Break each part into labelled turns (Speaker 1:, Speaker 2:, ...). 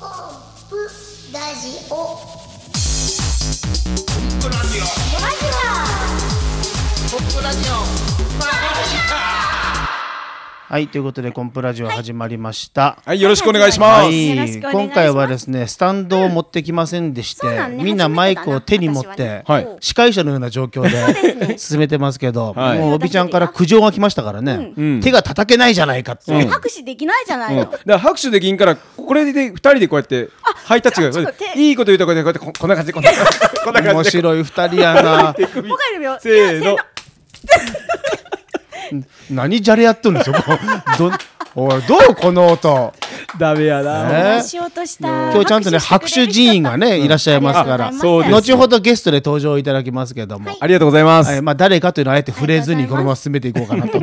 Speaker 1: ップラジオ
Speaker 2: ポップラジオポップラジオ
Speaker 3: はい、ということでコンプラジオ始まりました。
Speaker 4: はい、よろしくお願いします。
Speaker 3: は
Speaker 5: よろしくお願いします
Speaker 3: 今回はですね、スタンドを持ってきませんでして、
Speaker 5: そうなんね
Speaker 3: みんなマイクを手に持っ
Speaker 5: 初め
Speaker 3: て
Speaker 5: て、だね
Speaker 4: はい
Speaker 3: 司会者のような状況で進めてますけど、
Speaker 4: はい
Speaker 3: もうおびちゃんから苦情が来ましたからね、
Speaker 4: うん
Speaker 3: 手が叩けないじゃないかって、
Speaker 4: うん
Speaker 5: 拍手できないじゃない
Speaker 4: うん、
Speaker 5: の、
Speaker 4: だから拍手できんからこれで二人でこうやってハイタッチが
Speaker 5: ちょちょっと手
Speaker 4: いいこと言うとこでこうやってここんな感じでこんな感じで こんな感
Speaker 3: 面
Speaker 4: じで
Speaker 3: 白い二人や な
Speaker 5: 僕がいるよ
Speaker 4: せーの
Speaker 3: 何じゃれやっとるんですよもうどおいどうこの音
Speaker 4: ダメやな
Speaker 3: ね
Speaker 5: 話しようとした
Speaker 3: 今日ちゃんとね拍手寺院がねいらっしゃいますから、
Speaker 5: ありがとうご
Speaker 4: そう
Speaker 5: ざい
Speaker 4: で
Speaker 5: ます
Speaker 3: 後ほどゲストで登場いただきますけども、
Speaker 4: ありがとうございます、
Speaker 3: はい、まあ誰かというのはあえて触れずに
Speaker 5: あり
Speaker 3: こ
Speaker 5: が
Speaker 3: のま
Speaker 5: とう
Speaker 3: ま
Speaker 5: ご
Speaker 3: 進めていこうかなと。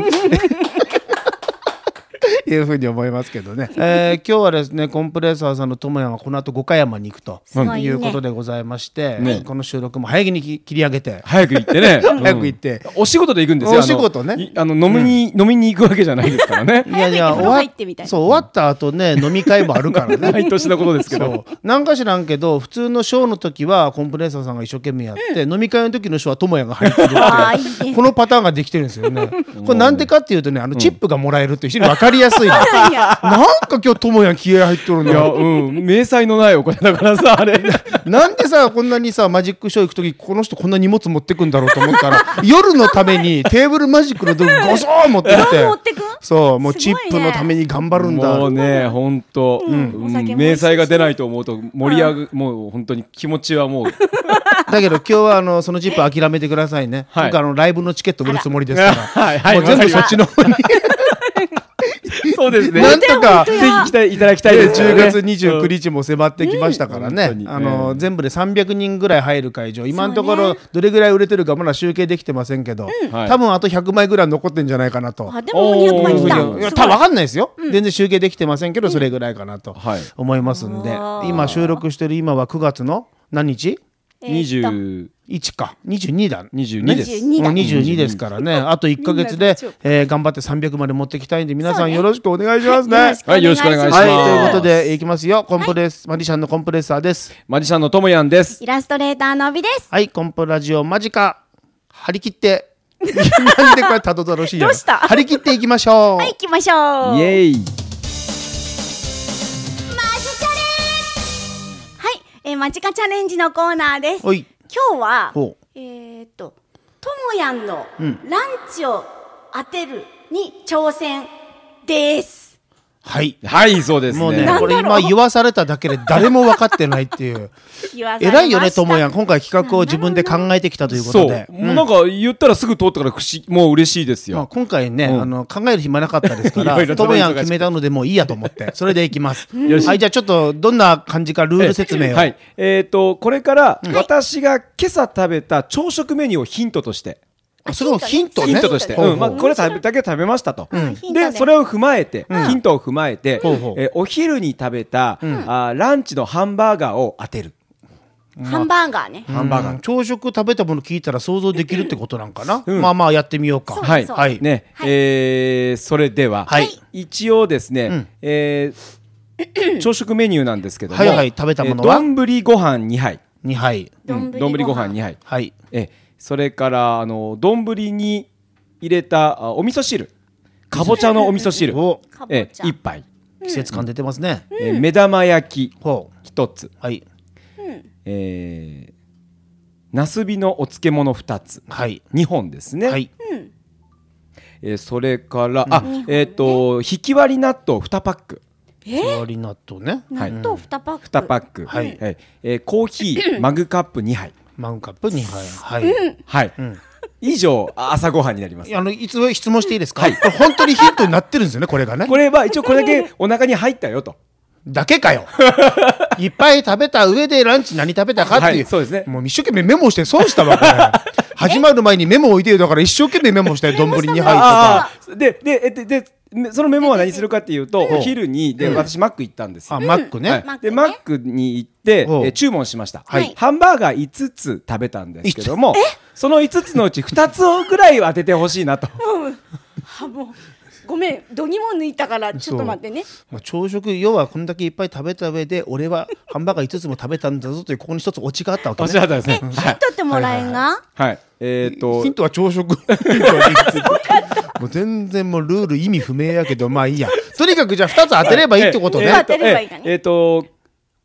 Speaker 3: いうふうに思いますけどね、えー今日はですねコンプレッサーさんの智也はこの後五箇山に行くと
Speaker 5: すごいね
Speaker 3: いうことでございまして、
Speaker 4: ね
Speaker 3: この収録も早着にき切り上げて
Speaker 4: 早く行ってね
Speaker 3: 早く行って
Speaker 4: うんお仕事で行くんですよ
Speaker 3: お仕事ね
Speaker 4: あのいあの飲みに、飲みに行くわけじゃないですからね
Speaker 3: いやいや
Speaker 5: 早めに風呂入ってみたいな
Speaker 3: そう終わった後ね飲み会もあるからね
Speaker 4: 毎年のことですけど
Speaker 3: そうなんか知らんけど普通のショーの時はコンプレッサーさんが一生懸命やって、飲み会の時のショーは智也が入ってるっていう
Speaker 5: あーいいね
Speaker 3: このパターンができてるんですよね。これなんでかっていうとねあのチップがもらえるっていう非常に分かりやすいの、
Speaker 5: いや
Speaker 3: なんか今日智也気合入っとるん
Speaker 4: いやうん明細のないお金だからさあれ
Speaker 3: なんでさこんなにさマジックショー行く時この人こんな荷物持ってくんだろうと思ったら 夜のためにテーブルマジックの道具ごそー持ってきて
Speaker 5: あ持ってくん
Speaker 3: そうもう
Speaker 5: す
Speaker 3: チ
Speaker 5: ごいね
Speaker 3: ップのために頑張るんだ
Speaker 4: もうね本当、うん
Speaker 5: お酒も美味しいし
Speaker 4: 明細が出ないと思うと盛り上が、もう本当に気持ち はもう
Speaker 3: だけど今日はあのそのチップ諦めてくださいね、
Speaker 4: はい
Speaker 3: 僕あのライブのチケット売るつもりですから
Speaker 4: はいはい
Speaker 3: もう全部そっちの方 に
Speaker 4: そうですね
Speaker 3: なんとか
Speaker 4: ぜひ来ていただきたいです、ね。
Speaker 3: 10月29日も迫ってきましたからね、
Speaker 4: うん
Speaker 3: あの
Speaker 4: うん
Speaker 3: 全部で300人ぐらい入る会場今のとこ
Speaker 5: そ
Speaker 3: ろ
Speaker 5: う
Speaker 3: どれぐらい売れてるかまだ集計できてませんけど、
Speaker 4: はい
Speaker 3: 多分あと100枚ぐらい残ってんじゃないかなと。
Speaker 5: あでももう200枚
Speaker 4: おー
Speaker 5: 来た
Speaker 3: いや
Speaker 5: す
Speaker 3: た
Speaker 5: ごい
Speaker 3: 分かんないですよ、全然集計できてませんけどそれぐらいかなと
Speaker 4: はい
Speaker 3: 思いますんで、
Speaker 5: わー
Speaker 3: 今収録してる今は9月の何日
Speaker 5: え
Speaker 4: 二
Speaker 5: ーっと
Speaker 4: 十
Speaker 3: ?1 か22だ
Speaker 4: 22です。
Speaker 5: 22だ
Speaker 3: もう22ですからねあと1か月で、えー頑張って300まで持ってきたいんで皆さんよろしくお願いしますね。
Speaker 5: よろしくお願
Speaker 4: はい
Speaker 5: いします
Speaker 4: よろしくお願いします
Speaker 3: はい、
Speaker 4: お
Speaker 3: と
Speaker 4: 願
Speaker 3: いう
Speaker 4: ま
Speaker 3: ことで、いきますよ。コンプレス、マジシャンのコンプレッサーです。
Speaker 4: マジシャンのともやんです。
Speaker 5: イラストレーターのびです
Speaker 3: はい、コンプラジオ間近。張り切っ て。なんでこれたどたどしいやろ
Speaker 5: どうした
Speaker 3: 張り切っていきましょう。
Speaker 5: はい行きましょう
Speaker 4: イエイ。
Speaker 1: マジチャレ
Speaker 5: はい、えー、マジカチャレンジのコーナーです
Speaker 3: おい
Speaker 5: 今日は
Speaker 3: ほう
Speaker 5: えーっとともやんのランチを当てるに挑戦です、
Speaker 3: はい。
Speaker 4: はい、そうですね。
Speaker 3: もうね、
Speaker 5: なんだ
Speaker 3: こ
Speaker 5: ろう
Speaker 3: れ今言わされただけで誰も分かってないっていう。
Speaker 5: 言 わされました
Speaker 3: 偉いよね、ともやん。今回企画を自分で考えてきたというこ
Speaker 4: そ
Speaker 3: と
Speaker 4: う、
Speaker 3: で。
Speaker 4: もうなんか言ったらすぐ通ったから不思もう嬉しいです
Speaker 3: まあ、
Speaker 4: よ。
Speaker 3: 今回ね、
Speaker 4: うん
Speaker 3: あの考える暇なかったですか
Speaker 4: いろい
Speaker 3: ら、
Speaker 4: ろ
Speaker 3: と
Speaker 4: と
Speaker 3: も
Speaker 4: ね
Speaker 3: やん決めたのでもういいやと思って、それでいきます。
Speaker 4: よし
Speaker 3: はい、じゃあちょっとどんな感じかルール説明を。
Speaker 4: はい。えっ、とこれから私が今朝食べた朝食メニューをヒントとして、
Speaker 3: あそれもヒントね。
Speaker 4: ヒントとして、
Speaker 3: ほうほう
Speaker 4: うん、まあこれ食べだけ食べましたと。
Speaker 5: ヒン
Speaker 4: で
Speaker 5: トね
Speaker 4: それを踏まえて、ヒントを踏まえて、
Speaker 3: ほうほう
Speaker 4: えーお昼に食べた、あーランチのハンバーガーを当てる。
Speaker 5: ハンバーガーね
Speaker 3: ハンバーガー。朝食食べたもの聞いたら想像できるってことなんかな。まあまあやってみようか。
Speaker 5: そう
Speaker 4: はい、
Speaker 5: そう
Speaker 3: はい
Speaker 4: ね、えーそれでは、
Speaker 3: はい
Speaker 4: 一応ですね、えー朝食メニューなんですけども、
Speaker 3: はいはい食べたものは
Speaker 4: えー丼、ご飯2杯、
Speaker 3: 二杯。
Speaker 4: うん
Speaker 5: 丼ご飯
Speaker 4: ご飯2杯、
Speaker 3: はい。
Speaker 4: えそれからあの丼に入れたあお味噌汁、かぼちゃのお味噌汁、
Speaker 3: お
Speaker 5: かぼ
Speaker 4: え
Speaker 5: ちゃ
Speaker 4: 1杯、
Speaker 3: 季節感出てますね。
Speaker 4: えー目玉焼き
Speaker 3: ほう。
Speaker 4: 1つ、
Speaker 3: はい
Speaker 4: えー、なすびのお漬物2つ、
Speaker 3: はい
Speaker 4: 2本ですね。
Speaker 3: はい。
Speaker 4: えーそれから、あ、えっ、と、ひき割り納豆2パック。
Speaker 3: 終わり納豆ね。
Speaker 4: はい
Speaker 5: 納豆2パック
Speaker 4: 2パック、
Speaker 3: はい
Speaker 4: えーコーヒーマグカップ2杯、
Speaker 3: マグカップ二杯。はい。
Speaker 4: はい以上あ朝ごはんになります
Speaker 3: あのいつ質問していいですか。これ本当にヒントになってるんですよねこれがね。
Speaker 4: これは一応これだけお腹に入ったよと
Speaker 3: だけ かよ。いっぱい食べた上でランチ何食べたかって。
Speaker 4: はいいうそうですね
Speaker 3: もう一生懸命メモして損したわこれ。始まる前にメモ置いてよだから一生懸命メモして丼に入ってた。
Speaker 4: ああででえででめそのメモは何するかっていうとお昼にで私マック行ったんですよ
Speaker 3: あマック
Speaker 4: は
Speaker 3: ね
Speaker 4: い。
Speaker 5: マック
Speaker 4: で
Speaker 5: ね
Speaker 4: マックに行って、え
Speaker 3: おう
Speaker 4: ー注文しました、
Speaker 5: はい
Speaker 4: ハンバーガー5つ食べたんですけどもその5つのうち2つをぐらいは当ててほしいなと
Speaker 5: あもうごめん度肝抜いたからちょっと待ってね
Speaker 3: まあ、朝食要はこんだけいっぱい食べた上で俺はハンバーガー5つも食べたんだぞというここに一つオチがあったわけ
Speaker 4: おっ
Speaker 3: ね
Speaker 4: しゃったですね。
Speaker 5: ヒントってもらえんが
Speaker 4: はい。えっと
Speaker 3: ヒン、トは朝食ヒントはもう全然もうルール意味不明やけどまあいいやとにかくじゃあ2つ当てればいいってこと
Speaker 5: え
Speaker 3: ね、
Speaker 5: えええ当てればいいかね
Speaker 4: えええっと、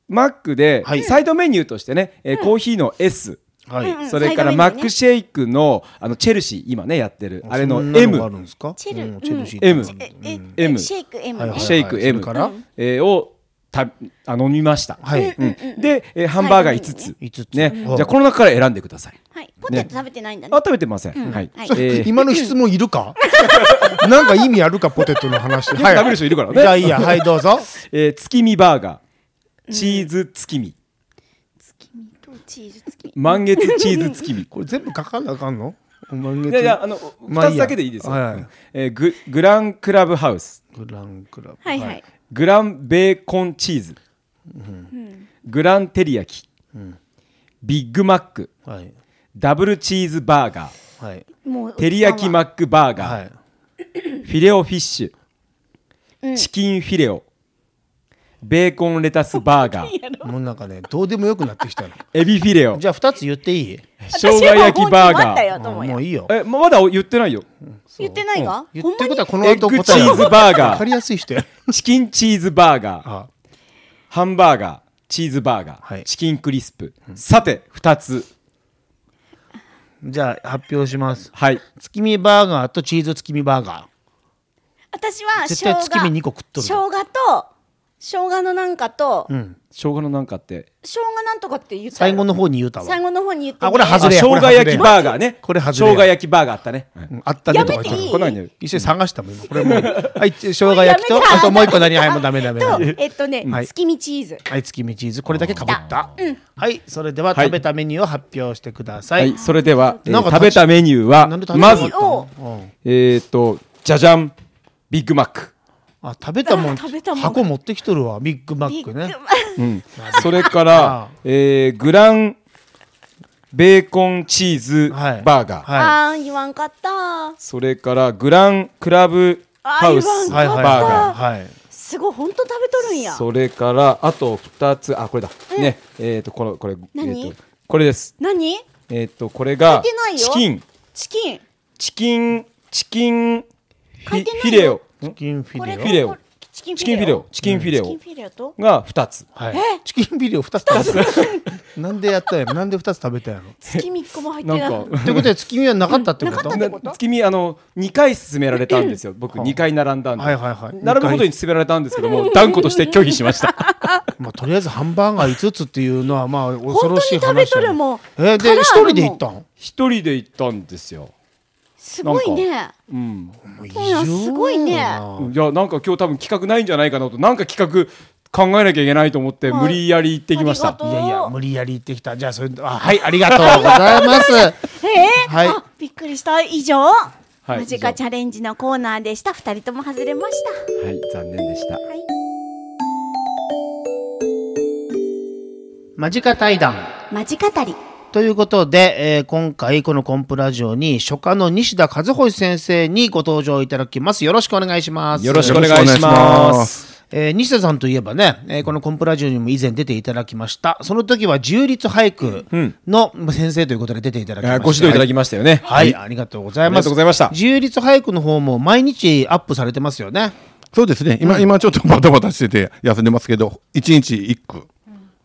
Speaker 4: マックで
Speaker 3: はい
Speaker 4: サイドメニューとしてね、えーコーヒーの S。
Speaker 3: はい、
Speaker 5: うん
Speaker 4: それから
Speaker 5: サイドメニューね
Speaker 4: マックシェイクのあのチェルシー今ねやってるあれの
Speaker 3: そんながあ
Speaker 4: M
Speaker 3: るんですか
Speaker 5: チェル
Speaker 3: うんチェルシー
Speaker 4: M
Speaker 5: ええ
Speaker 4: M
Speaker 5: シェイク M
Speaker 3: はいは
Speaker 5: ね
Speaker 3: い
Speaker 4: シェイク M
Speaker 3: それから
Speaker 4: えーをたあ飲みました。
Speaker 3: はい、
Speaker 4: うんで、えーハンバーガー5つ。
Speaker 3: 5つ
Speaker 4: ね、
Speaker 3: うん
Speaker 4: じゃあこの中から選んでください。
Speaker 5: はいポテト食べてないんだ
Speaker 4: あ
Speaker 5: ね
Speaker 4: 食べてません。はい。
Speaker 5: はい
Speaker 4: えー
Speaker 3: 今の質問いる かなんか意味あるかポテトの話はい
Speaker 4: 食べる人いるからね
Speaker 3: じゃあいいやはいどうぞ
Speaker 4: えー月見バーガー、チーズ月見、
Speaker 5: チーズ付き
Speaker 4: 満月チーズ 月見。
Speaker 3: これ全部書かなあかんの満月
Speaker 4: いやいやあの
Speaker 3: まあい
Speaker 4: 二
Speaker 3: い
Speaker 4: つ
Speaker 3: や
Speaker 4: だけでいいですよ。
Speaker 3: はいはい
Speaker 4: うんえーググランクラブハウス、
Speaker 3: グランクラブ
Speaker 5: はいはい
Speaker 4: グランベーコンチーズ、グランテリヤキ、ビッグマック、
Speaker 3: はい
Speaker 4: ダブルチーズバーガー、
Speaker 3: はい
Speaker 5: もう
Speaker 4: テリヤキマックバーガー、
Speaker 3: はい
Speaker 4: フィレオフィッシュ、
Speaker 5: うん
Speaker 4: チキンフィレオ、ベーコンレタスバ ーガー、
Speaker 3: もうなんかねどうでもよくなってきたの
Speaker 4: エビフィレオ、
Speaker 3: じゃあ2つ言っていい
Speaker 4: 生姜焼きバーガー。
Speaker 5: ー
Speaker 3: うんもういいよ
Speaker 4: え、ままだ言ってないよ。
Speaker 5: 言ってないが
Speaker 3: 言
Speaker 5: ほ
Speaker 3: っ
Speaker 5: ん
Speaker 3: て
Speaker 5: ま
Speaker 3: るこ
Speaker 5: に
Speaker 3: とはこの
Speaker 4: エッ
Speaker 3: 後
Speaker 4: グチ
Speaker 3: 答え
Speaker 4: ーズバー
Speaker 3: わ
Speaker 4: ガ
Speaker 3: か
Speaker 4: ー、
Speaker 3: りやすい人や
Speaker 4: チキンチーズバーガー、
Speaker 3: あ
Speaker 4: ハンバーガー、チーズバーガー、
Speaker 3: はい
Speaker 4: チキンクリスプ。さて、二つ。
Speaker 3: じゃあ発表します
Speaker 4: はい。
Speaker 3: 月見バーガーとチーズ月見バーガ
Speaker 5: 私は
Speaker 3: 絶
Speaker 5: 生姜
Speaker 3: 対月見二個食っとる
Speaker 5: 生姜と生姜のなんかと
Speaker 3: ーうん
Speaker 4: 生姜のなんかって。
Speaker 5: 生姜なんとかって言ったよ
Speaker 3: 最後の方に言うたわ
Speaker 5: 最後の方に言って
Speaker 3: あこれ
Speaker 4: あ
Speaker 3: 外れ
Speaker 4: 生
Speaker 3: やこれ外
Speaker 4: 姜
Speaker 3: れ
Speaker 4: 焼きバーガーね。
Speaker 3: これ外れや
Speaker 4: 生姜焼きバーガーあったね。
Speaker 3: うんあったねとか
Speaker 5: やめていい
Speaker 3: 言っ
Speaker 4: こないね。
Speaker 3: 一緒に探したもん今これもうはい生姜焼きと
Speaker 5: やめた
Speaker 3: あともう一個何はいもうダメダメダ
Speaker 5: と
Speaker 3: メ
Speaker 5: えっとね
Speaker 3: はい
Speaker 5: 月見チーズ
Speaker 3: はい月見チーズこれだけかぶったはいそれでは
Speaker 4: はい
Speaker 3: 食べたメニューを発表してくださ
Speaker 4: はいい。それでは、えー
Speaker 3: なんか立ち
Speaker 4: 食べたメニューは
Speaker 3: なんで食、べた
Speaker 4: ま
Speaker 3: の
Speaker 4: ず、
Speaker 5: を
Speaker 3: うん
Speaker 4: えっ、ー、と、じゃじゃん。ビッグマック。
Speaker 3: あ食べたもん
Speaker 5: あ食べたもん
Speaker 3: 箱持ってきとるわビッグマ
Speaker 5: ビ
Speaker 3: ッ
Speaker 5: ッグ
Speaker 3: ク
Speaker 5: マッ
Speaker 3: ね
Speaker 5: ク
Speaker 4: うん。それ から、えー、グラン、ベーコンチーズ
Speaker 3: はい
Speaker 4: バーガー。
Speaker 3: は
Speaker 5: あー言わんかった
Speaker 4: それから、グランクラブハウス
Speaker 5: あ
Speaker 3: い
Speaker 5: ー
Speaker 3: はい
Speaker 4: バー
Speaker 5: 言わ
Speaker 3: はい
Speaker 5: んかった
Speaker 4: ガー。
Speaker 3: はいはい
Speaker 5: すごい本当食べとるんや
Speaker 4: それからあと2つあこれだ、ねえっ、とこのこれ、え
Speaker 5: 何
Speaker 4: ーとこれです
Speaker 5: 何
Speaker 4: えっ、とこれが
Speaker 5: 書いてないよ
Speaker 4: チキン
Speaker 5: チキン
Speaker 4: チキンチキンフ
Speaker 5: 書
Speaker 4: ィ
Speaker 5: いてないよ
Speaker 4: フィレオ
Speaker 3: チキンフィ
Speaker 5: これ
Speaker 3: レ
Speaker 5: と
Speaker 4: フィレオ
Speaker 5: これチキン
Speaker 4: チキンフィレオチキンフィレ
Speaker 5: チキ
Speaker 4: オ
Speaker 5: ンフィレオと
Speaker 4: が2つ
Speaker 3: オはいチキンフィレオ二つ食べたなんでやったんやろなんで二つ食べたんやろ
Speaker 5: 月見一個も 入って
Speaker 4: な
Speaker 5: ない
Speaker 4: んか
Speaker 3: ってことは月見はなかったってこ
Speaker 5: なか
Speaker 3: と
Speaker 5: ったってこと
Speaker 4: 月見あの2回勧められたんですよ僕
Speaker 3: はあ
Speaker 4: 2回並んだんで、
Speaker 3: はいはいはい
Speaker 4: 並ぶことに勧められたんですけども断固として拒否しました
Speaker 3: まあとりあえずハンバーガー5つっていうのはまあ恐
Speaker 5: 本当
Speaker 3: ろ
Speaker 5: に
Speaker 3: しい話
Speaker 5: 食べとるもん
Speaker 3: えーで
Speaker 5: カラー
Speaker 3: 一
Speaker 5: のもん
Speaker 3: 人で行ったん
Speaker 4: 一人で行ったんですよ、
Speaker 5: すごいね
Speaker 4: うん、
Speaker 5: トンヤすごいね
Speaker 3: 異常やない
Speaker 4: やなんか今日多分企画ないんじゃないかなとなんか企画考えなきゃいけないと思って
Speaker 5: はい
Speaker 4: 無理やり行ってきまし
Speaker 5: あ
Speaker 4: た
Speaker 5: りがと
Speaker 3: い
Speaker 5: う
Speaker 3: やいや無理やり行ってきたじゃあそれあはいありがとうございます
Speaker 5: えー
Speaker 3: はい
Speaker 5: あびっくりした以上、
Speaker 4: い
Speaker 5: マジカチャレンジのコーナーでした二人とも外れました
Speaker 4: はい残念でした
Speaker 3: 間近対談
Speaker 5: マジ語り
Speaker 3: ということで、えー今回このコンプラジオに書家の西田和穂先生にご登場いただきますよろしくお願いします
Speaker 4: よろしくお願いします。
Speaker 3: えー西田さんといえばね、えーこのコンプラジオにも以前出ていただきましたその時は重律俳句の先生ということで出ていただきました
Speaker 4: ご指導いただきましたよね。
Speaker 3: はい、ありがとうございます。
Speaker 4: ありがとうございました
Speaker 3: 重律俳句の方も毎日アップされてますよね。
Speaker 6: そうですね。今、今ちょっとバタバタしてて休んでますけど、1日1句。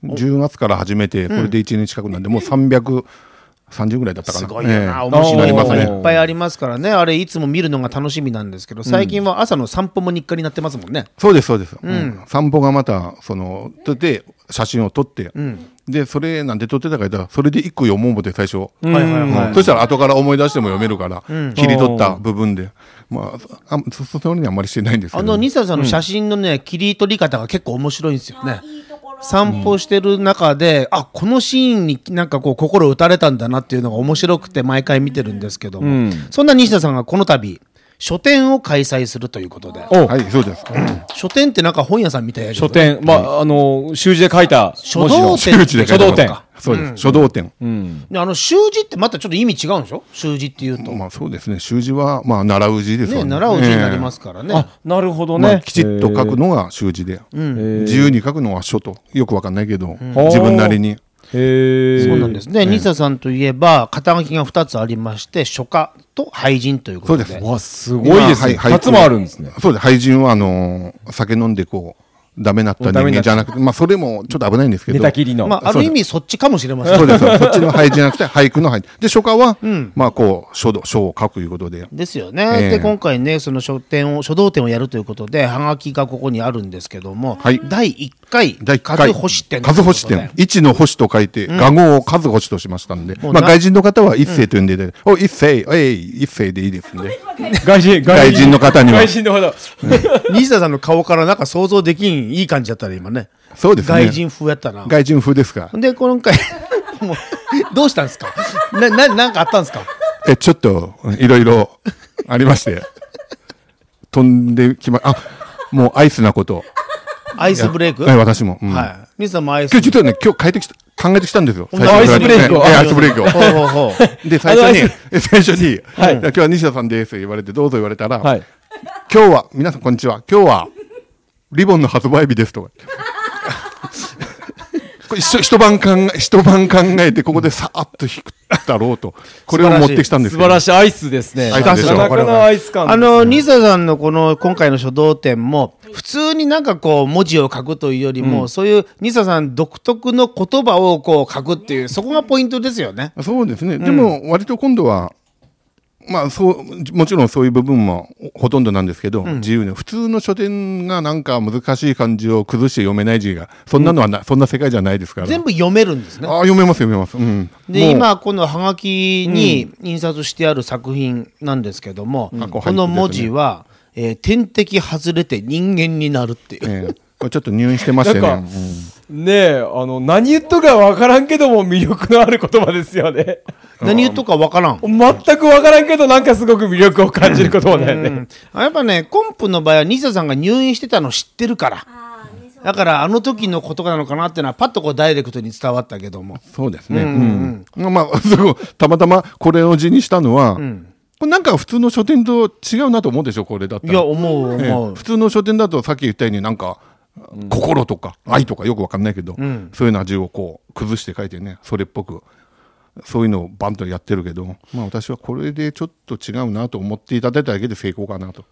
Speaker 6: 10月から始めて、これで1年近くなんで、もう330ぐらいだったかな。
Speaker 3: すごいよな、
Speaker 6: ええ
Speaker 3: 面白いの
Speaker 6: なります
Speaker 3: が
Speaker 6: ね
Speaker 3: いっぱいありますからね。あれいつも見るのが楽しみなんですけど、最近は朝の散歩も日課になってますもんね。
Speaker 6: そうです、そうです。うん散歩がまた、その、とで、写真を撮って、で、それなんで撮ってたか言ったら、それで1句読もう思って最初。
Speaker 3: はいはい
Speaker 6: うんそしたら後から思い出しても読めるから、切り取った部分で。まあ、あそ、そそれにはあんまりしてないんですけ
Speaker 3: あ
Speaker 6: ど。
Speaker 3: の西田さんの写真のね、切り取り方が結構面白いんですよね。
Speaker 5: いいところ
Speaker 3: 散歩してる中で、あこのシーンになんかこう心打たれたんだなっていうのが面白くて毎回見てるんですけども、そんな西田さんがこの度書店を開催するということで
Speaker 4: お
Speaker 6: はい、そうです。
Speaker 3: 書店ってなんか本屋さんみたいやけど
Speaker 4: 書店、まあ、あの、習字で書いた
Speaker 3: 書
Speaker 4: 文字の
Speaker 3: 道。
Speaker 6: 周知
Speaker 3: 店
Speaker 6: で書いてますか。そうです。書道展。
Speaker 3: であの習字ってまたちょっと意味違うんでしょ習字っていうと、
Speaker 6: まあそうですね。習字は、まあ、習う字ですよ
Speaker 3: ね
Speaker 6: ね。
Speaker 3: 習う字になりますからね、
Speaker 4: あ、なるほど
Speaker 6: ええ。まあ
Speaker 4: ね。
Speaker 6: きちっと書くのが習字で、自由に書くのは書と、よくわかんないけど、自分なりに。
Speaker 4: へえ。
Speaker 3: そうなんですね、西田さんといえば肩書きが2つありまして書家と俳人ということで
Speaker 6: そうです
Speaker 4: わ、すごいですね。
Speaker 6: 今はい
Speaker 4: 二つもあるんですね。
Speaker 6: そうです。俳人は、あのー、酒飲んでこう、ダメなった人間じゃなくて、まあそれもちょっと危ないんですけ
Speaker 4: 寝
Speaker 6: ど。
Speaker 4: たきりの。
Speaker 3: まあ、ある意味そっちかもしれません
Speaker 6: そうです。そっちの俳人じゃなくて、俳句の俳人。で、書家は、まあこう、書道、書を書くいうことで。
Speaker 3: ですよね、
Speaker 6: ええ
Speaker 3: で今回ねその書店を書道展をやるということではがきがここにあるんですけども、
Speaker 6: はい
Speaker 3: 第1回
Speaker 6: 第1
Speaker 3: 数
Speaker 6: 回
Speaker 3: 星展という
Speaker 6: 数
Speaker 3: ことで
Speaker 6: 星展。一の星と書いて、画号を数星としましたんで、
Speaker 3: う
Speaker 6: まあ
Speaker 3: な
Speaker 6: 外人の方は一世と呼んでいただいて、お、一世、えい、一世でいいですね。
Speaker 4: 外人、
Speaker 6: 外人の方には
Speaker 4: 外人の方。
Speaker 3: 西田さんの顔からなんか想像できんいい感じだったね今ね
Speaker 6: そうですね。
Speaker 3: 外人風やったな
Speaker 6: 外人風ですか。
Speaker 3: で今回 もうどうしたんですかなななんかあったんですか
Speaker 6: え、ちょっと、いろいろありまして。飛んできま、あ、もうアイス なこと。
Speaker 3: アイスブレイク
Speaker 6: はい、私も。うん
Speaker 3: はい西田さんもアイス
Speaker 6: 今日実はね、今日変えてきた、考えてきたんですよ。
Speaker 3: んな
Speaker 6: 最初に
Speaker 4: アイスブレイクを
Speaker 6: ええアイスブレイクを。
Speaker 3: ほうほうほう
Speaker 6: で、最初
Speaker 4: あのアイ
Speaker 6: に
Speaker 4: ス、
Speaker 6: え最初に、
Speaker 4: はい
Speaker 6: いや今日は西田さんです言われて、どうぞ言われたら、
Speaker 4: はい。
Speaker 6: 今日は、皆さんこんにちは。今日は、リボンの発売日で すとか。これ一緒一晩考え、一晩考えて、ここでさーっと引くだろうと。これを持ってきたんです
Speaker 4: 素
Speaker 6: よ
Speaker 4: 晴らしいアイスですね。
Speaker 6: アイスでしょ
Speaker 4: なかなかアイス感。
Speaker 3: あ、の、西田さんのこの今回の書道展も、普通になんかこう文字を書くというよりも、そういう西田さん独特の言葉をこう書くっていう、そこがポイントですよね。
Speaker 6: そうですね、でも割と今度は、まあ、そうもちろんそういう部分もほとんどなんですけど、自由に普通の書店がなんか難しい漢字を崩して読めない字がそんなのはな、そんな世界じゃないですから
Speaker 3: 全部読めるんですね。
Speaker 6: ああ読めます読めます、うん、も
Speaker 3: で
Speaker 6: う
Speaker 3: 今このハガキに印刷してある作品なんですけども、
Speaker 6: ん
Speaker 3: この文字は、えー天敵外れて人間になるっていう、
Speaker 6: ええこれちょっと入院してましてね
Speaker 4: なんかねえ、あの、何言っとるかわからんけども魅力のある言葉ですよね。
Speaker 3: 何言っとくかわからん
Speaker 4: 全くわからんけど、なんかすごく魅力を感じる言葉だよね。
Speaker 3: あやっぱねコンプの場合は西田さんが入院してたの知ってるからだからあの時のことなのかなっていうのはパッとこうダイレクトに伝わったけども
Speaker 6: そうですね、うんまあ そこたまたまこれを字にしたのは、これなんか普通の書店と違うなと思うでしょこれだった
Speaker 3: い
Speaker 6: ら
Speaker 3: や思う
Speaker 6: ええ
Speaker 3: 思う、
Speaker 6: 普通の書店だとさっき言ったようになんか、心とか愛とかよくわかんないけど、そういうの味をこう崩して書いてねそれっぽくそういうのをバンとやってるけど、まあ、私はこれでちょっと違うなと思っていただいただけで成功かなと、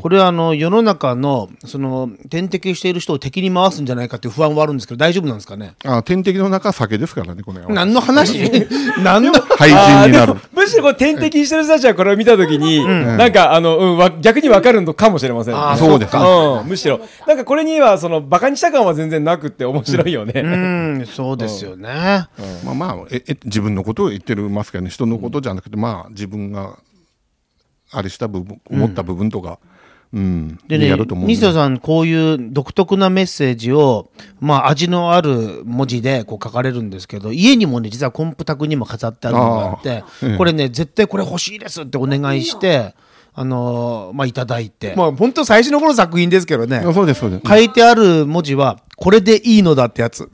Speaker 3: これはあの世の中のその点滴している人を敵に回すんじゃないかっていう不安はあるんですけど大丈夫なんですかね
Speaker 6: あ天敵の中は酒ですからねこの野郎
Speaker 3: 何の話 何の
Speaker 6: 廃人にな
Speaker 4: あーで
Speaker 6: る
Speaker 4: もむしろこう天敵してる人たちはこれを見たときに、なんかあの、うんわ、逆にわかるのかもしれませんね、
Speaker 3: あー
Speaker 6: そうですね
Speaker 4: うん、むしろ。なんかこれには、その、馬鹿にした感は全然なくって面白いよね。
Speaker 3: うんそうですよね、
Speaker 6: まあまあええ自分のことを言ってるますけどね人のことじゃなくて、まあ自分があれした部分思った部分とか、うん
Speaker 3: でね
Speaker 6: やると思うんで
Speaker 3: 西田さんこういう独特なメッセージを、まあ、味のある文字でこう書かれるんですけど家にもね実はコンプ卓にも飾ってあるのがあってこれね絶対これ欲しいですってお願いして。あのーまあいただいてまあ本当最初の頃作品ですけどね
Speaker 6: あそうですそうです
Speaker 3: 書いてある文字はこれでいいのだってやつ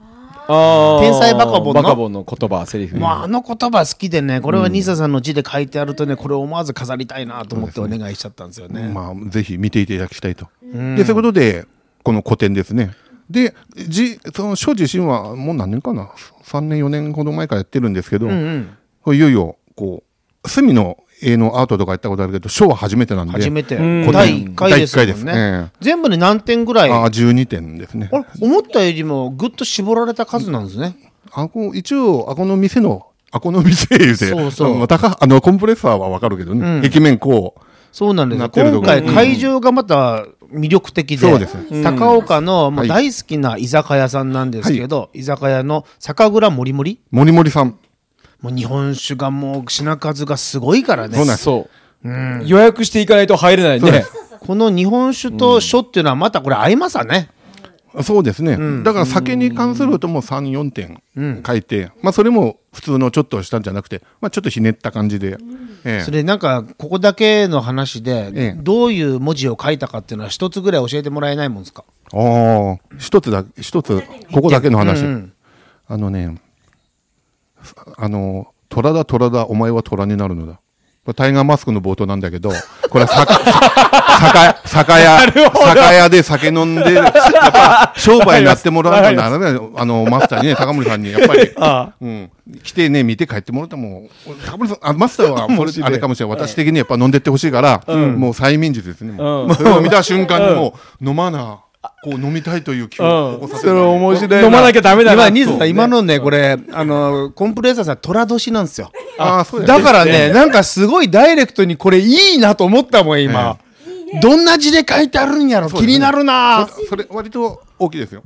Speaker 4: あー
Speaker 3: 天才バカボンの
Speaker 4: バカボンの言葉、セリフ。
Speaker 3: もうあの言葉好きでねこれは西田さんの字で書いてあるとねこれ思わず飾りたいなと思ってお願いしちゃったんですよね
Speaker 6: まあ、ぜひ見ていただきたいと。で、そういうことで、この古典ですね。で、じ、その、書自身は、もう何年かな ?3 年、4年ほど前からやってるんですけど、いよいよ、こう、隅の絵のアートとかやったことあるけど、書は初めてなんで。
Speaker 3: 初めて
Speaker 6: ん
Speaker 3: 第1回ですもんね
Speaker 6: 第一回ですええ
Speaker 3: 全部で何点ぐらい
Speaker 6: ああ、12点ですね
Speaker 3: あ。れ思ったよりもぐっと絞られた数なんですね。
Speaker 6: あこう一応、あこの店の、あこの店言うて、
Speaker 3: そうそう
Speaker 6: あの高あの、コンプレッサーはわかるけどね、壁面こう、
Speaker 3: そうなんです
Speaker 6: な
Speaker 3: よ
Speaker 6: ってると
Speaker 3: 今
Speaker 6: こ
Speaker 3: 回
Speaker 6: うん
Speaker 3: 会場がまた魅力的で
Speaker 6: そうですね
Speaker 3: 高岡のもう
Speaker 6: はい
Speaker 3: 大好きな居酒屋さんなんですけど、居酒屋の酒蔵もりもり
Speaker 6: もりもりさん。
Speaker 3: もう日本酒がもう品数がすごいからね
Speaker 6: そうなんです
Speaker 4: そう。予約していかないと入れない
Speaker 6: そう
Speaker 4: ね
Speaker 6: です。
Speaker 3: この日本酒と書っていうのはまたこれ合いますわね、
Speaker 6: そうですね、だから酒に関するともう34点書いて、まあ、それも普通のちょっとしたんじゃなくて、まあ、ちょっとひねった感じで、え
Speaker 3: そ
Speaker 6: え
Speaker 3: れなんかここだけの話で
Speaker 6: ええ
Speaker 3: どういう文字を書いたかっていうのは一つぐらい教えてもらえないもんですか
Speaker 6: ああ一つだ一つここだけの話、
Speaker 3: うんう
Speaker 6: あのねあの「虎だ虎だお前は虎になるのだ」これタイガーマスクの冒頭なんだけど、これは酒、酒酒屋、酒屋で酒飲んで、やっぱ商売になってもらわなきゃならない、あの、マスターにね、高森さんに、やっぱり、うん、来てね、見て帰ってもらったらもう、高森さん、あマスター はこれあれかもしれない、私的にやっぱ飲んでってほしいから、もう催眠術ですね、もう
Speaker 4: うん
Speaker 6: それを見た瞬間にもう、飲まな、こう飲みたいという気を起こさせ
Speaker 7: それ
Speaker 6: る。
Speaker 7: 面白いな
Speaker 4: 飲まなきゃダメだ
Speaker 3: 今
Speaker 4: な
Speaker 3: ニーズさん今のねこれあのコンプレッサーさん虎年なんですよ
Speaker 6: ああ、そうや
Speaker 3: だからねなんかすごいダイレクトにこれいいなと思ったもん今どんな字で書いてあるんやろ気になるな
Speaker 6: そそれ、割と大きいですよ。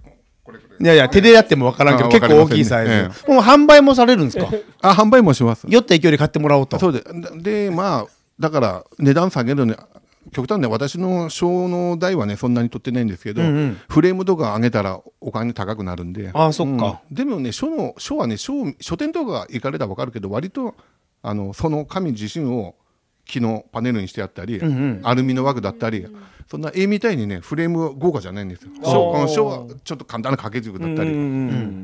Speaker 3: いやいや手でやってもわからんけど
Speaker 6: あ
Speaker 3: 結構大きい
Speaker 6: わ
Speaker 3: サ
Speaker 6: か
Speaker 3: イ
Speaker 6: り
Speaker 3: ズ、
Speaker 6: ま
Speaker 3: もう販売もされるんですか
Speaker 6: あ、販売もします。
Speaker 3: 酔った勢いで買ってもらおうと
Speaker 6: そうででまあだから値段下げるのに極端ね私の小の代はねそんなに取ってないんですけど、フレームとか上げたらお金高くなるんで
Speaker 3: ああそっか
Speaker 6: うんでもね書の書はね書書店とか行かれたら分かるけど割とあのその紙自身を木のパネルにしてあったり、アルミの枠だったり、そんな絵みたいにねフレーム豪華じゃないんですよ書あの書はちょっと簡単な掛け軸だったり、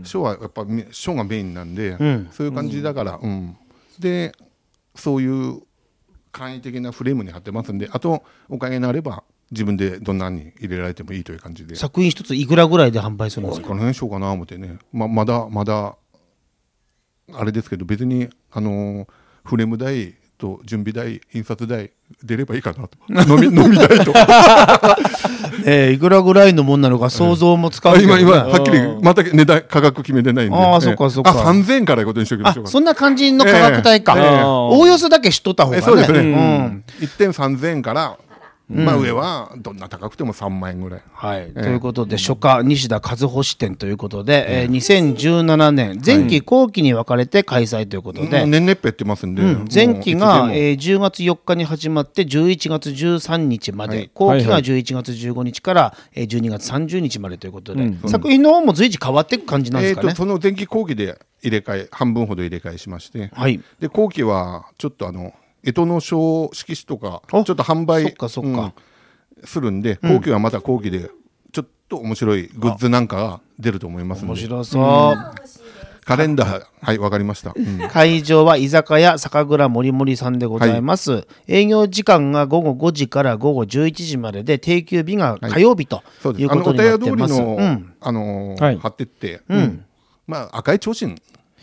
Speaker 6: 書はやっぱみ書がメインなんで、そういう感じだから、うんでそういう簡易的なフレームに貼ってますんであとおかげになれば自分でどんなに入れられてもいいという感じで
Speaker 3: 作品一ついくらぐらいで販売するんですか
Speaker 6: この辺しようかな思ってねままだまだあれですけど別にあのーフレーム代と準備代印刷代出ればいいか なと飲み飲み代と
Speaker 3: えーいくらぐらいのもんなのか想像もつか
Speaker 6: あ
Speaker 3: んけど
Speaker 6: 今
Speaker 3: ね
Speaker 6: 今はっきりまた値段価格決めてないんで
Speaker 3: あーそっか
Speaker 6: ええ
Speaker 3: そっか
Speaker 6: あ3000円からいうことにしときま
Speaker 3: あ
Speaker 6: しょうか
Speaker 3: そんな感じの価格帯か、
Speaker 6: ええええ
Speaker 3: おおよそだけ知っとった方が
Speaker 6: え
Speaker 3: ね
Speaker 6: そうですね、うん
Speaker 3: うん
Speaker 6: 1点3000円から、まあ上はどんな高くても3万円ぐらい
Speaker 3: はい、ということで、初夏、西田和穂支店ということで、えー2017年、前期後期に分かれて開催ということで、
Speaker 6: もう年々っぺやってますんで、もう
Speaker 3: 前期
Speaker 6: いつ
Speaker 3: が、
Speaker 6: でも
Speaker 3: えー10月4日に始まって11月13日まで、後期が11月15日から、えー12月30日までということで、作品の方も随時変わっていく感じなんですか
Speaker 6: え
Speaker 3: ね
Speaker 6: ー、。とその前期後期で入れ替え半分ほど入れ替えしまして、
Speaker 3: はい
Speaker 6: で後期はちょっとあの江戸の小色紙とかちょ
Speaker 3: お
Speaker 6: っと販売
Speaker 3: そっかそっか
Speaker 6: うんするんで後期はまた後期でちょっと面白いグッズなんかが出ると思いますの
Speaker 3: 面
Speaker 6: で
Speaker 3: 白そう、
Speaker 6: カレンダーはいわかりました、うん
Speaker 3: 会場は居酒屋酒蔵もりもりさんでございます、営業時間が午後5時から午後11時までで定休日が火曜日と
Speaker 6: そう
Speaker 3: い
Speaker 6: です
Speaker 3: う
Speaker 6: あ
Speaker 3: こと
Speaker 6: のお
Speaker 3: になっ
Speaker 6: 便り通
Speaker 3: て
Speaker 6: り
Speaker 3: ます、
Speaker 6: の、
Speaker 3: うん
Speaker 6: あのー
Speaker 4: はい
Speaker 6: 貼ってって、まあ赤い提灯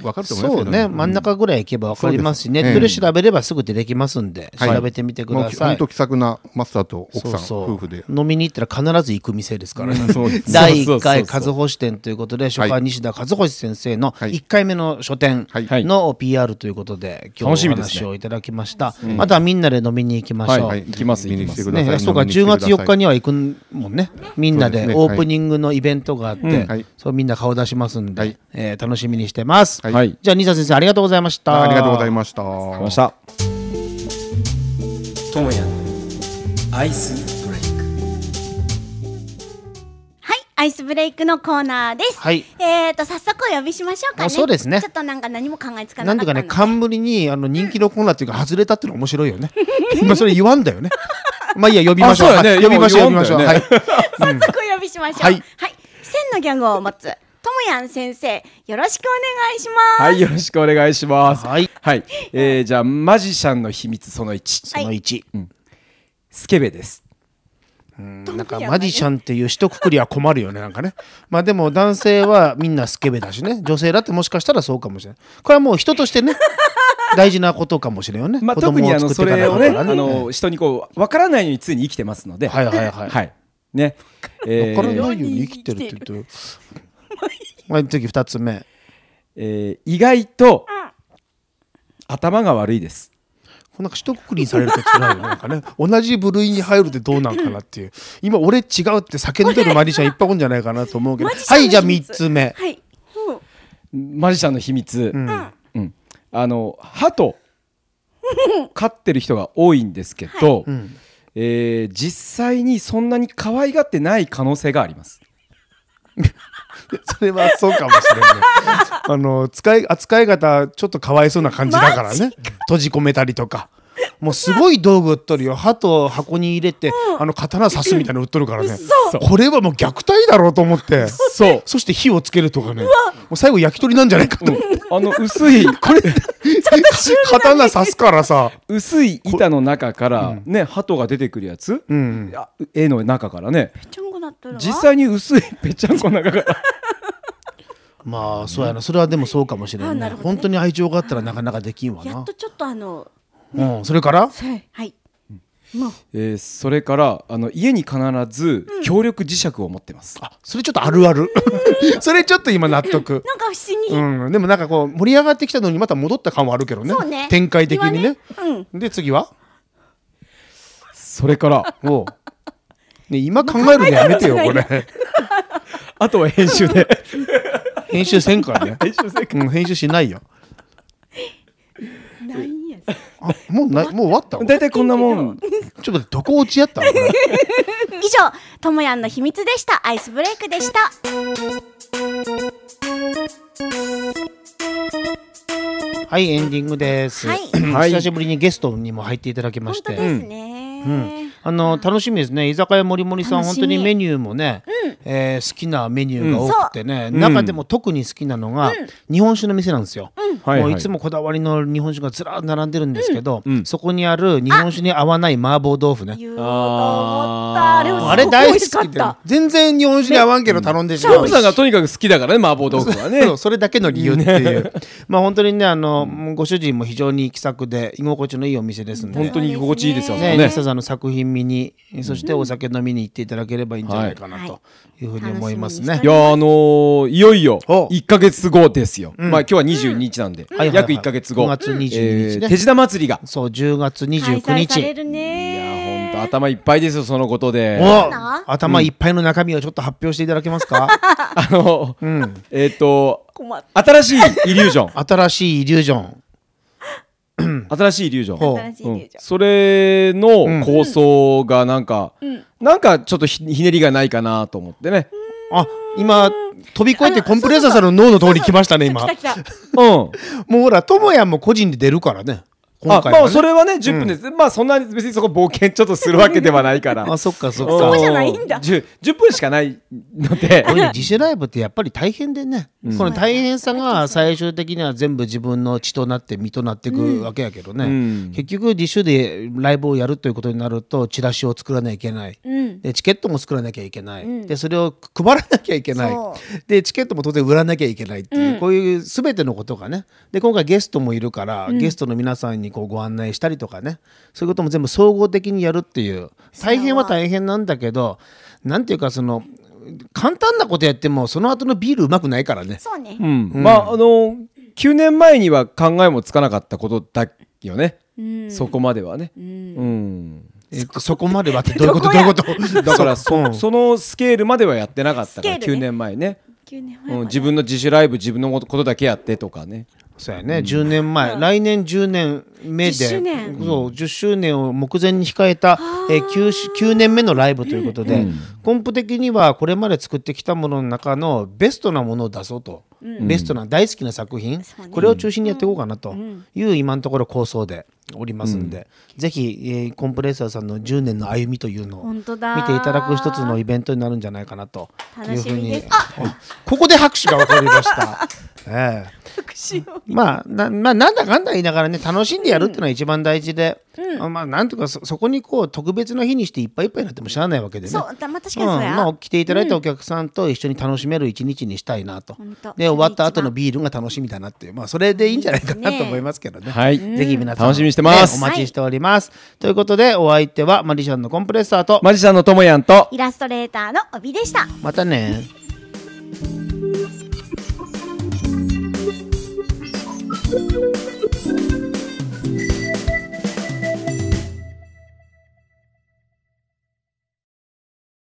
Speaker 6: わかると思います
Speaker 3: そ
Speaker 6: け
Speaker 3: う
Speaker 6: ど
Speaker 3: ね、真ん中ぐらい行けば分かりますし、
Speaker 6: そう
Speaker 3: ネ
Speaker 6: で
Speaker 3: ッ
Speaker 6: す
Speaker 3: ト
Speaker 6: え
Speaker 3: で
Speaker 6: え
Speaker 3: 調べればすぐ出てきますんで、
Speaker 6: はい
Speaker 3: 調べてみてくださ
Speaker 6: もう
Speaker 3: い。
Speaker 6: 本当気さくなマスターと奥さん
Speaker 3: そうそう
Speaker 6: 夫婦で
Speaker 3: 飲みに行ったら必ず行く店ですからね
Speaker 6: そうで。す
Speaker 3: 第
Speaker 4: そ
Speaker 3: 1
Speaker 4: うそう
Speaker 3: 回
Speaker 4: そうそ
Speaker 3: 和
Speaker 4: う
Speaker 3: 星店ということで、初回西田和星先生の
Speaker 6: い
Speaker 3: 1回目の書店
Speaker 6: はい
Speaker 3: の PR ということで、今
Speaker 4: 楽
Speaker 3: 日
Speaker 4: し
Speaker 3: お
Speaker 4: みですね
Speaker 3: 話をいただきました。またみんなで飲みに行きましょう。
Speaker 4: はい行きます
Speaker 6: 見に来てください、
Speaker 3: ね、そうか、
Speaker 6: 飲みに来て
Speaker 3: 10
Speaker 6: くだ
Speaker 3: 月
Speaker 6: さい
Speaker 3: 4日には行くもんね、みんなで
Speaker 6: そうですね
Speaker 3: オープニングのイベントがあって、
Speaker 6: んはい
Speaker 3: そうみんな顔出しますんで、
Speaker 6: はい
Speaker 3: えー楽しみにしてます。
Speaker 6: はい
Speaker 4: はい
Speaker 3: じゃあ、西田先生、ありがとうございました。
Speaker 6: ありがとうございました。
Speaker 4: 来ました
Speaker 8: ともやアイスブレイク
Speaker 5: はい、アイスブレイクのコーナーです。
Speaker 3: はい
Speaker 5: えーと、早速お呼びしましょうか
Speaker 3: あ
Speaker 5: ね。
Speaker 3: そうですね
Speaker 5: ちょっとなんか何も考えつか
Speaker 3: な
Speaker 5: なんか
Speaker 3: てい
Speaker 5: っ
Speaker 3: う
Speaker 5: た
Speaker 3: か
Speaker 5: の
Speaker 3: ね、
Speaker 5: で。
Speaker 3: 冠にあの人気のコーナーっていうか、外れたっていうの面白いよね。 今それ言わんだ よね。まあいいや、呼びましょう。
Speaker 4: あそうだね
Speaker 3: はい呼びましょう、呼び
Speaker 4: 今
Speaker 3: ましょう。
Speaker 4: 言
Speaker 3: は
Speaker 4: わんだ
Speaker 3: い
Speaker 4: よ。
Speaker 5: 早速お呼びしましょう。
Speaker 3: はい
Speaker 5: 千のギャグを持つ、ともやん先生、よろしくお願いします。
Speaker 4: はいよろしくお願いします
Speaker 3: はい、
Speaker 4: はい、えー、じゃあマジシャンの秘密その1、
Speaker 5: はい
Speaker 3: その1。
Speaker 4: スケベです
Speaker 3: なんかマジシャンっていう一括りは困るよねなんかねまあでも男性はみんなスケベだしね女性だってもしかしたらそうかもしれないこれはもう人と してね大事なことかもしれんよね、
Speaker 4: まあ、
Speaker 3: 子供
Speaker 4: 特にあのそ
Speaker 3: 作っていか
Speaker 4: れ
Speaker 3: な
Speaker 4: を
Speaker 3: い
Speaker 4: ね、
Speaker 3: か
Speaker 4: あ
Speaker 3: ら
Speaker 4: の人にこう分からないように常に生きてますので、
Speaker 3: はいはいはい
Speaker 4: はい、ね、え
Speaker 3: わからないよ
Speaker 4: ー
Speaker 3: うに生きてるって 言うとまあ次2つ目
Speaker 4: えー意外と頭が悪いです。
Speaker 3: なんか一括りにされると辛いよねなんかね同じ部類に入るってどうなんかなっていう今俺違うって叫んでるマジシャンいっぱいおんじゃないかなと思うけど
Speaker 5: マジシャン
Speaker 3: は
Speaker 5: の
Speaker 3: いじゃあ
Speaker 5: 秘密
Speaker 3: 3つ目
Speaker 5: はい。うん
Speaker 4: マジシャンの秘密、うんあの歯と飼ってる人が多いんですけど、えー実際にそんなに可愛がってない可能性があります。
Speaker 3: それはそうかもしれないあの使い扱い方ちょっとかわいそうな感じだからね閉じ込めたりとかもうすごい道具売っとるよ歯と箱に入れて、あの刀刺すみたいなの売っとるからねこれはもう虐待だろうと思って
Speaker 4: そう
Speaker 3: そして火をつけるとかねもう最後焼き鳥なんじゃないかと思って、
Speaker 4: あの薄 いこれ
Speaker 3: 刀刺すからさ
Speaker 4: 薄い板の中からね鳩が出てくるやつ、あ絵の中からね
Speaker 5: ぺちゃんこなっとるわ
Speaker 4: 実際に薄いぺちゃんこの中から
Speaker 3: まあそうやなそれはでもそうかもしれな
Speaker 5: あ
Speaker 3: い、
Speaker 5: なるほどね
Speaker 3: 本当に愛情があったらなかなかできんわ
Speaker 5: や
Speaker 3: な
Speaker 5: っとちょっとあの
Speaker 3: うん、それから
Speaker 5: はいもう
Speaker 4: えーそれからあの家に必ず強力磁石を持ってます、
Speaker 3: それちょっとあるあ るそれちょっと今納得
Speaker 5: なんか不思議
Speaker 3: うん、でもなんかこう盛り上がってきたのにまた戻った感はあるけどね
Speaker 5: そうね
Speaker 3: 展開的にね
Speaker 5: 次はね
Speaker 3: で次は
Speaker 4: それから
Speaker 3: おう、ね、今考えるのやめてよこれ
Speaker 4: あとは編集で
Speaker 3: 編集せんから ね
Speaker 4: 編集せん
Speaker 3: うん、編集しないよ
Speaker 5: 何やそれ
Speaker 3: あもうないもう終わったわちょっ
Speaker 4: 大体こんなもん
Speaker 3: と待ってどこ落ちやったのこれ
Speaker 5: 以上ともやんの秘密でしたアイスブレイクでした
Speaker 3: はいエンディングです、
Speaker 5: はい
Speaker 3: 久しぶりにゲストにも入っていただきまし
Speaker 5: 本当
Speaker 3: て
Speaker 5: ですね、
Speaker 3: あの楽しみですね居酒屋もりもりさん
Speaker 5: 楽
Speaker 3: 本
Speaker 5: し
Speaker 3: 当
Speaker 5: み
Speaker 3: にメニューもね、えー好きなメニューが多くてね、中でも特に好きなのが、日本酒の店なんですよ、
Speaker 4: はい
Speaker 3: もう
Speaker 4: はい
Speaker 3: いつもこだわりの日本酒がずらーっと並んでるんですけど、そこにある日本酒に合わない麻婆豆腐ね
Speaker 5: 言おうと思ったあれは
Speaker 3: あ
Speaker 5: す
Speaker 3: れ
Speaker 5: ごく美
Speaker 3: 大
Speaker 5: 味しか
Speaker 3: 好
Speaker 5: っ
Speaker 3: きで
Speaker 5: た
Speaker 3: 全然日本酒に合わんけど頼んでしま
Speaker 4: 奥さんがとにかく好きだからね麻婆豆腐はね
Speaker 3: そうそれだけの理由って いうまあ本当にねあの、ご主人も非常に気さくで居心地のいいお店ですんで
Speaker 4: 本当に居心地いいですよ
Speaker 3: ね、
Speaker 4: ね
Speaker 3: 西田さんの作品見に、そしてお酒飲みに行っていただければいいんじゃないかなというふうに思いますね。
Speaker 5: はい
Speaker 4: いやーあのーいよいよ
Speaker 3: お
Speaker 4: 1か月後ですよ、まあ今日は22日なんで、
Speaker 3: はいはいはい
Speaker 4: 約1か月後、
Speaker 3: 5月22日ね
Speaker 4: 手品祭りが
Speaker 3: そう、10月
Speaker 5: 開
Speaker 3: 29
Speaker 5: 催され
Speaker 3: 日。
Speaker 5: る
Speaker 4: いやー
Speaker 5: ね
Speaker 4: ほんと頭いっぱいですよそのことで
Speaker 3: お
Speaker 5: な
Speaker 3: 頭いっぱいの中身をちょっと発表していただけますか
Speaker 4: あの、えっ、と
Speaker 5: 困っ
Speaker 4: 新しいイリュージョン
Speaker 3: 新しいイリュージョン。
Speaker 4: 新しいイリュージョン
Speaker 3: ほ
Speaker 5: 新しいイリ
Speaker 4: う
Speaker 5: ュー
Speaker 4: ん
Speaker 5: ジョン、
Speaker 4: それの構想がなんか、なんかちょっとひひねりがないかなと思ってね、
Speaker 3: あ、今、飛び越えてコンプレッサーさんの脳の通り来ましたね、今。
Speaker 5: 来た来た
Speaker 4: うん、
Speaker 3: もうほら、ともやんも個人で出るからね。今
Speaker 4: あ
Speaker 3: 回はね
Speaker 4: まあそれはね10分です、まあそんなに別にそこ冒険ちょっとするわけではない から
Speaker 3: あ、そっかそっ
Speaker 4: うん
Speaker 5: こ
Speaker 3: か。
Speaker 5: じゃないんだ
Speaker 4: 10 10分しかないので
Speaker 3: こういう自主ライブってやっぱり大変でね、この大変さが最終的には全部自分の血となって身となっていくわけやけどね、
Speaker 4: ん
Speaker 3: 結局自主でライブをやるということになるとチラシを作らなきゃいけない、でチケットも作らなきゃいけない、でそれを配らなきゃいけない
Speaker 5: そ
Speaker 3: でチケットも当然売らなきゃいけないっていう、こういう全てのことがねで今回ゲストもいるから、ゲストの皆さんにこうご案内したりとかねそういうことも全部総合的にやるっていう大変は大変なんだけどなんていうかその簡単なことやってもその後のビールうまくないからね。
Speaker 5: そうね、
Speaker 4: うんまああの9年前には考えもつかなかったことだよね、そこまではね、うん
Speaker 3: えっとそこまではってどういうこと
Speaker 5: ど
Speaker 3: ど
Speaker 5: こ
Speaker 3: ういうこ
Speaker 5: や
Speaker 3: と
Speaker 4: だからそ,、
Speaker 3: うん
Speaker 4: そのスケールまではやってなかったから、
Speaker 5: スケール
Speaker 4: 9
Speaker 5: ね
Speaker 4: 年前ね、
Speaker 5: 9年前
Speaker 4: うん、自分の自主ライブ自分のことだけやってとかね
Speaker 3: そうやね、10年前、来年10年目で
Speaker 5: 10周年
Speaker 3: そう10周年を目前に控えた、えー 9, し9年目のライブということで、コンプ的にはこれまで作ってきたものの中のベストなものを出そうと、ベストな大好きな作品、
Speaker 5: そうね
Speaker 3: これを中心にやっていこうかなという今のところ構想でおりますんで、ぜひ、えーコンプレッサーさんの10年の歩みというのを見
Speaker 5: 本
Speaker 3: て
Speaker 5: 当
Speaker 3: い
Speaker 5: だ
Speaker 3: ただく一つのイベントになるんじゃないかなとい
Speaker 5: 楽
Speaker 3: うふ
Speaker 5: し
Speaker 3: う
Speaker 5: み
Speaker 3: に
Speaker 5: ですあ
Speaker 3: ここで拍手が分かりました。 ええ
Speaker 5: 復習を
Speaker 3: まあな、まあ、なんだかんだ言いながらね楽しんでやるっていうのは一番大事で、まあなんとかそそこにこう特別な日にしていっぱいいっぱいになってもしゃあないわけでね。
Speaker 5: そうだまあ確か
Speaker 3: うん
Speaker 5: にそうや、
Speaker 3: まあ、来ていただいたお客さんと一緒に楽しめる一日にしたいなと、
Speaker 5: ほんと
Speaker 3: で終わった後のビールが楽しみだなっていう、まあ、それでいいんじゃないかなと思いますけどね。
Speaker 4: はい
Speaker 3: ぜひ皆さん
Speaker 4: 楽しみにしてます
Speaker 3: ねお待ちしております、ということでお相手はマリシャンのコンプレッサーと
Speaker 4: マジシャンのともやんと
Speaker 5: イラストレーターの帯でした
Speaker 3: またね。
Speaker 1: 「